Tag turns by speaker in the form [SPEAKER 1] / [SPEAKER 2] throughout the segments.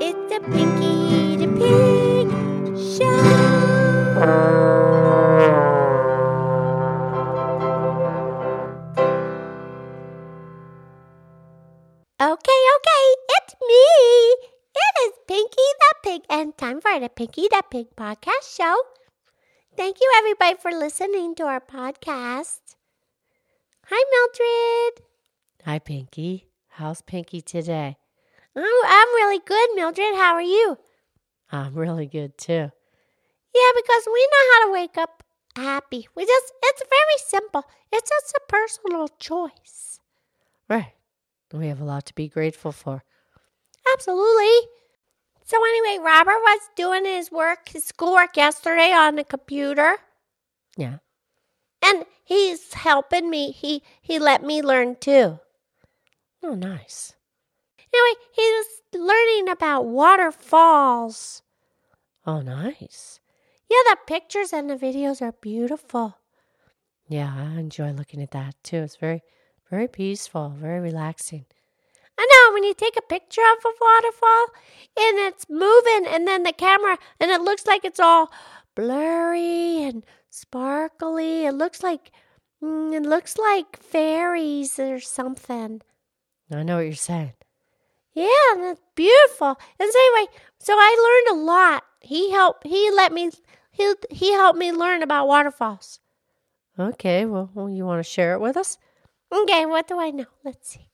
[SPEAKER 1] It's a Pinky the Pig show. Okay, okay, it's me. It is Pinky the Pig, and time for the Pinky the Pig podcast show. Thank you, everybody, for listening to our podcast. Hi, Mildred.
[SPEAKER 2] Hi, Pinky. How's Pinky today?
[SPEAKER 1] Oh, I'm really good, Mildred. How are you?
[SPEAKER 2] I'm really good too.
[SPEAKER 1] Yeah, because we know how to wake up happy. We just, it's very simple. It's just a personal choice.
[SPEAKER 2] Right. We have a lot to be grateful for.
[SPEAKER 1] Absolutely. So, anyway, Robert was doing his work, his schoolwork yesterday on the computer.
[SPEAKER 2] Yeah.
[SPEAKER 1] And he's helping me. He, he let me learn too.
[SPEAKER 2] Oh, nice.
[SPEAKER 1] Anyway, he was learning about waterfalls.
[SPEAKER 2] Oh, nice.
[SPEAKER 1] Yeah, the pictures and the videos are beautiful.
[SPEAKER 2] Yeah, I enjoy looking at that too. It's very, very peaceful, very relaxing.
[SPEAKER 1] I know when you take a picture of a waterfall and it's moving, and then the camera, and it looks like it's all blurry and sparkly. It looks like mm, it looks like fairies or something.
[SPEAKER 2] I know what you're saying.
[SPEAKER 1] Yeah, and it's beautiful. And so anyway, so I learned a lot. He helped. He let me. He he helped me learn about waterfalls.
[SPEAKER 2] Okay, well, well, you want to share it with us?
[SPEAKER 1] Okay, what do I know? Let's see.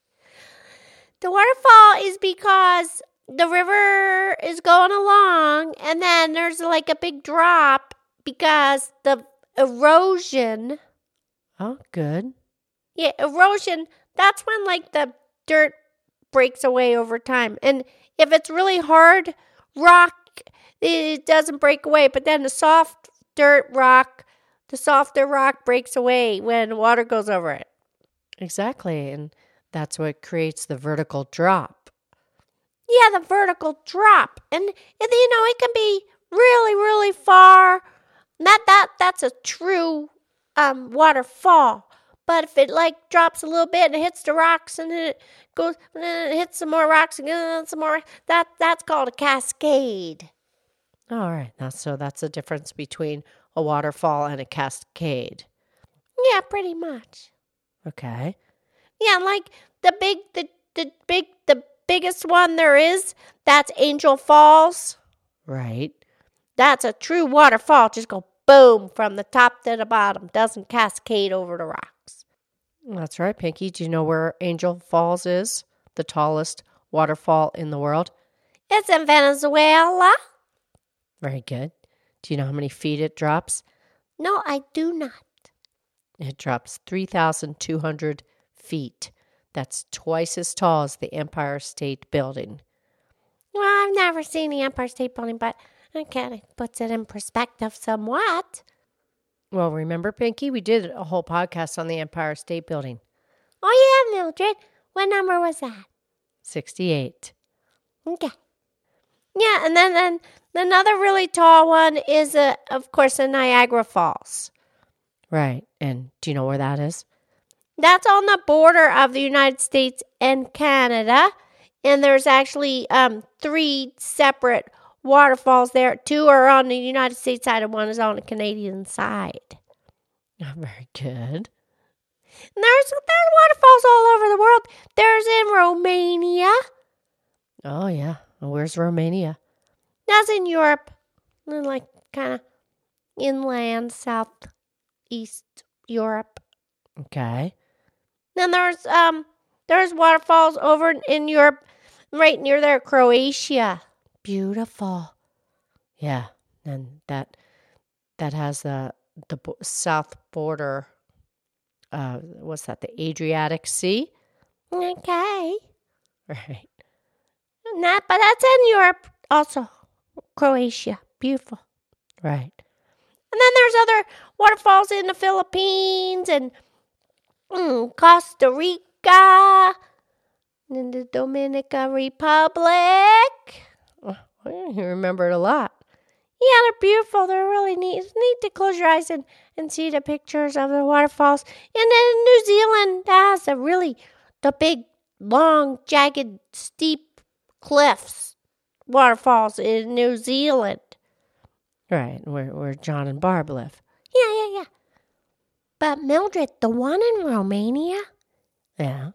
[SPEAKER 1] The waterfall is because the river is going along, and then there's like a big drop because the erosion.
[SPEAKER 2] Oh, good.
[SPEAKER 1] Yeah, erosion. That's when like the dirt breaks away over time, and if it's really hard rock, it doesn't break away. But then the soft dirt rock, the softer rock breaks away when water goes over it.
[SPEAKER 2] Exactly. And that's what creates the vertical drop.
[SPEAKER 1] Yeah, the vertical drop. And, and you know, it can be really, really far. Not that that's a true um, waterfall. But if it like drops a little bit and it hits the rocks and then it goes and then it hits some more rocks and then some more that that's called a cascade.
[SPEAKER 2] All right. Now, so that's the difference between a waterfall and a cascade.
[SPEAKER 1] Yeah, pretty much.
[SPEAKER 2] Okay.
[SPEAKER 1] Yeah, and, like the big the, the big the biggest one there is, that's Angel Falls.
[SPEAKER 2] Right.
[SPEAKER 1] That's a true waterfall. Just go boom from the top to the bottom. Doesn't cascade over the rocks.
[SPEAKER 2] That's right, Pinky. Do you know where Angel Falls is? The tallest waterfall in the world?
[SPEAKER 1] It's in Venezuela.
[SPEAKER 2] Very good. Do you know how many feet it drops?
[SPEAKER 1] No, I do not.
[SPEAKER 2] It drops 3,200 feet. That's twice as tall as the Empire State Building.
[SPEAKER 1] Well, I've never seen the Empire State Building, but it kind of puts it in perspective somewhat.
[SPEAKER 2] Well, remember, Pinky, we did a whole podcast on the Empire State Building.
[SPEAKER 1] Oh yeah, Mildred. What number was that?
[SPEAKER 2] 68.
[SPEAKER 1] Okay. Yeah, and then then another really tall one is uh, of course the Niagara Falls.
[SPEAKER 2] Right. And do you know where that is?
[SPEAKER 1] That's on the border of the United States and Canada. And there's actually um, three separate waterfalls there. Two are on the United States side and one is on the Canadian side.
[SPEAKER 2] Oh, Very good.
[SPEAKER 1] And there's there's waterfalls all over the world. There's in Romania.
[SPEAKER 2] Oh, yeah. Well, where's Romania?
[SPEAKER 1] That's in Europe. And like kind of inland southeast Europe.
[SPEAKER 2] Okay.
[SPEAKER 1] Then there's um there's waterfalls over in- in Europe, right near there, Croatia. Beautiful.
[SPEAKER 2] Yeah. And that that has the the bo- south border uh what's that? The Adriatic Sea?
[SPEAKER 1] Okay.
[SPEAKER 2] Right.
[SPEAKER 1] And that, but that's in Europe also. Croatia. Beautiful.
[SPEAKER 2] Right.
[SPEAKER 1] And then there's other waterfalls in the Philippines and mm, Costa Rica and in the Dominican Republic.
[SPEAKER 2] Well, you remembered a lot.
[SPEAKER 1] Yeah, they're beautiful. They're really neat. It's neat to close your eyes and, and see the pictures of the waterfalls. And then in New Zealand, that has a really the big, long, jagged, steep cliffs waterfalls in New Zealand.
[SPEAKER 2] Right, where where John and Barb live.
[SPEAKER 1] Yeah, yeah, yeah. But Mildred, the one in Romania,
[SPEAKER 2] Yeah.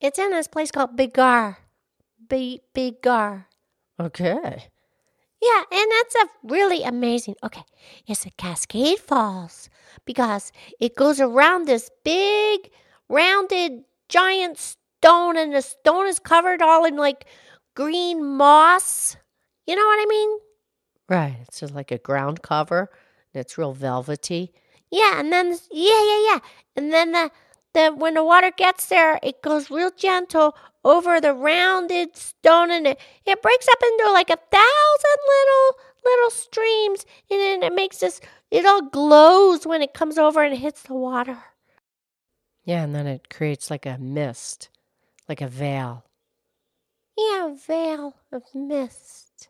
[SPEAKER 1] it's in this place called Bigar. B- Bigar.
[SPEAKER 2] Okay.
[SPEAKER 1] Yeah, and that's a really amazing. Okay, it's a Cascade Falls because it goes around this big, rounded, giant stone, and the stone is covered all in like green moss. You know what I mean?
[SPEAKER 2] Right. It's just like a ground cover and it's real velvety.
[SPEAKER 1] Yeah, and then yeah, yeah, yeah, and then the the when the water gets there, it goes real gentle over the rounded stone, and it it breaks up into like a thousand little little streams, and then it makes this. It all glows when it comes over and hits the water.
[SPEAKER 2] Yeah, and then it creates like a mist, like a veil.
[SPEAKER 1] Yeah, a veil of mist.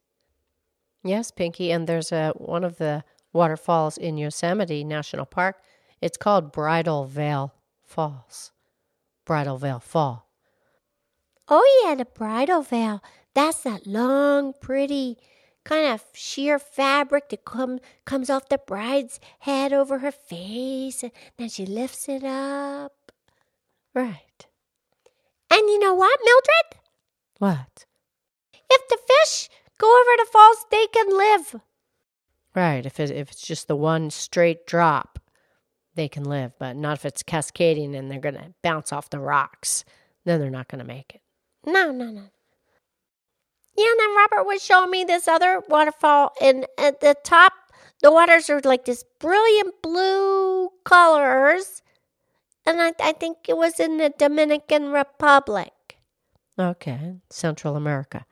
[SPEAKER 2] Yes, Pinky, and there's a one of the waterfalls in Yosemite National Park. It's called Bridal Veil Falls. Bridal Veil Fall.
[SPEAKER 1] Oh yeah, the bridal veil. That's that long, pretty kind of sheer fabric that come, comes off the bride's head over her face, and then she lifts it up.
[SPEAKER 2] Right.
[SPEAKER 1] And you know what, Mildred?
[SPEAKER 2] What?
[SPEAKER 1] If the fish go over the falls, they can live.
[SPEAKER 2] Right. If it, if it's just the one straight drop, they can live, but not if it's cascading and they're going to bounce off the rocks. Then they're not going to make it.
[SPEAKER 1] No, no, no. Yeah, and then Robert was showing me this other waterfall, and at the top, the waters are like this brilliant blue colors. And I, I think it was in the Dominican Republic.
[SPEAKER 2] Okay. Central America.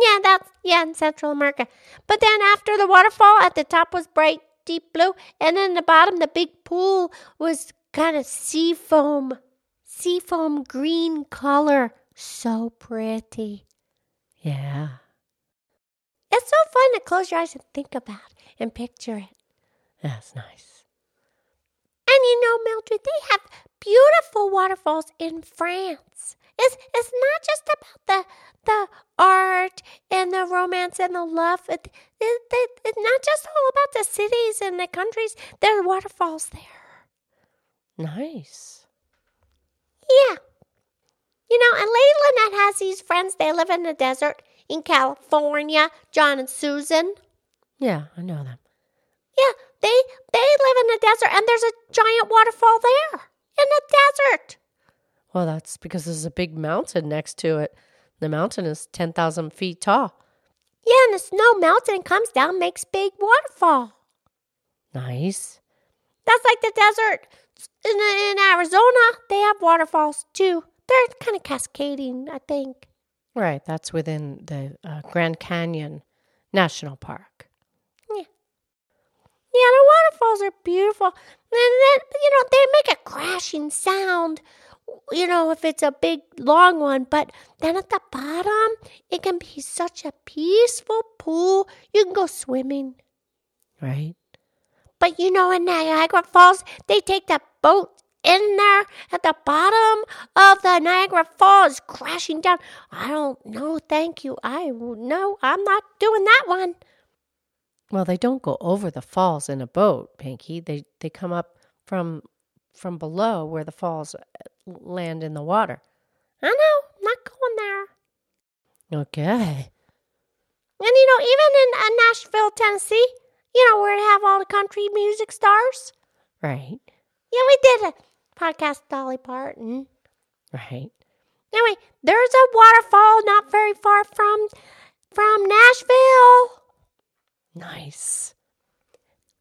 [SPEAKER 1] Yeah, that's, yeah, in Central America. But then after the waterfall, at the top was bright, deep blue, and then the bottom, the big pool was kind of sea foam, sea foam green color. So pretty.
[SPEAKER 2] Yeah.
[SPEAKER 1] It's so fun to close your eyes and think about and picture it.
[SPEAKER 2] That's nice.
[SPEAKER 1] And you know, Mildred, they have beautiful waterfalls in France. It's it's not just about the the art and the romance and the love. It, it, it, it's not just all about the cities and the countries. There are waterfalls there.
[SPEAKER 2] Nice.
[SPEAKER 1] Yeah. You know, and Lady Lynette has these friends. They live in the desert in California, John and Susan.
[SPEAKER 2] Yeah, I know them.
[SPEAKER 1] Yeah, they they live in the desert, and there's a giant waterfall there in the desert.
[SPEAKER 2] Well, that's because there's a big mountain next to it. The mountain is 10,000 feet tall.
[SPEAKER 1] Yeah, and the snow melts and comes down, makes big waterfall.
[SPEAKER 2] Nice.
[SPEAKER 1] That's like the desert in, in Arizona. They have waterfalls too. They're kind of cascading, I think.
[SPEAKER 2] Right, that's within the uh, Grand Canyon National Park.
[SPEAKER 1] Yeah, the waterfalls are beautiful. And then, you know, they make a crashing sound, you know, if it's a big, long one. But then at the bottom, it can be such a peaceful pool. You can go swimming.
[SPEAKER 2] Right?
[SPEAKER 1] But you know, in Niagara Falls, they take the boat in there at the bottom of the Niagara Falls crashing down. I don't know, thank you. I no, I'm not doing that one.
[SPEAKER 2] Well, they don't go over the falls in a boat, Pinky. They they come up from from below where the falls uh, land in the water.
[SPEAKER 1] I know, I'm not going there.
[SPEAKER 2] Okay.
[SPEAKER 1] And you know, even in uh, Nashville, Tennessee, you know where they have all the country music stars.
[SPEAKER 2] Right.
[SPEAKER 1] Yeah, we did a podcast, Dolly Parton.
[SPEAKER 2] Right.
[SPEAKER 1] Anyway, there's a waterfall not very far from from Nashville.
[SPEAKER 2] Nice.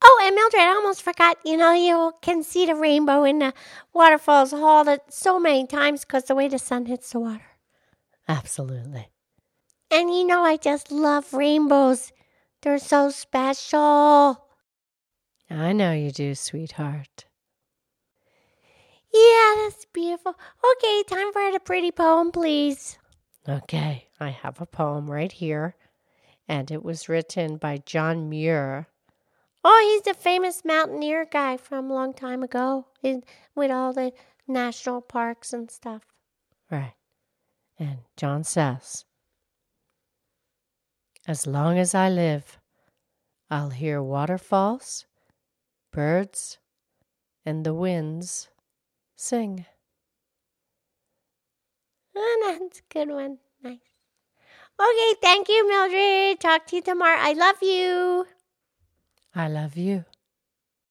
[SPEAKER 1] Oh, and Mildred, I almost forgot. You know, you can see the rainbow in the waterfalls hall that so many times because the way the sun hits the water.
[SPEAKER 2] Absolutely.
[SPEAKER 1] And you know, I just love rainbows. They're so special.
[SPEAKER 2] I know you do, sweetheart.
[SPEAKER 1] Yeah, that's beautiful. Okay, time for the pretty poem, please.
[SPEAKER 2] Okay. I have a poem right here, and it was written by John Muir.
[SPEAKER 1] Oh, he's the famous mountaineer guy from a long time ago in, with all the national parks and stuff.
[SPEAKER 2] Right. And John says, As long as I live, I'll hear waterfalls, birds, and the winds sing.
[SPEAKER 1] Oh, that's a good one. Nice. Okay, thank you, Mildred. Talk to you tomorrow. I love you.
[SPEAKER 2] I love you.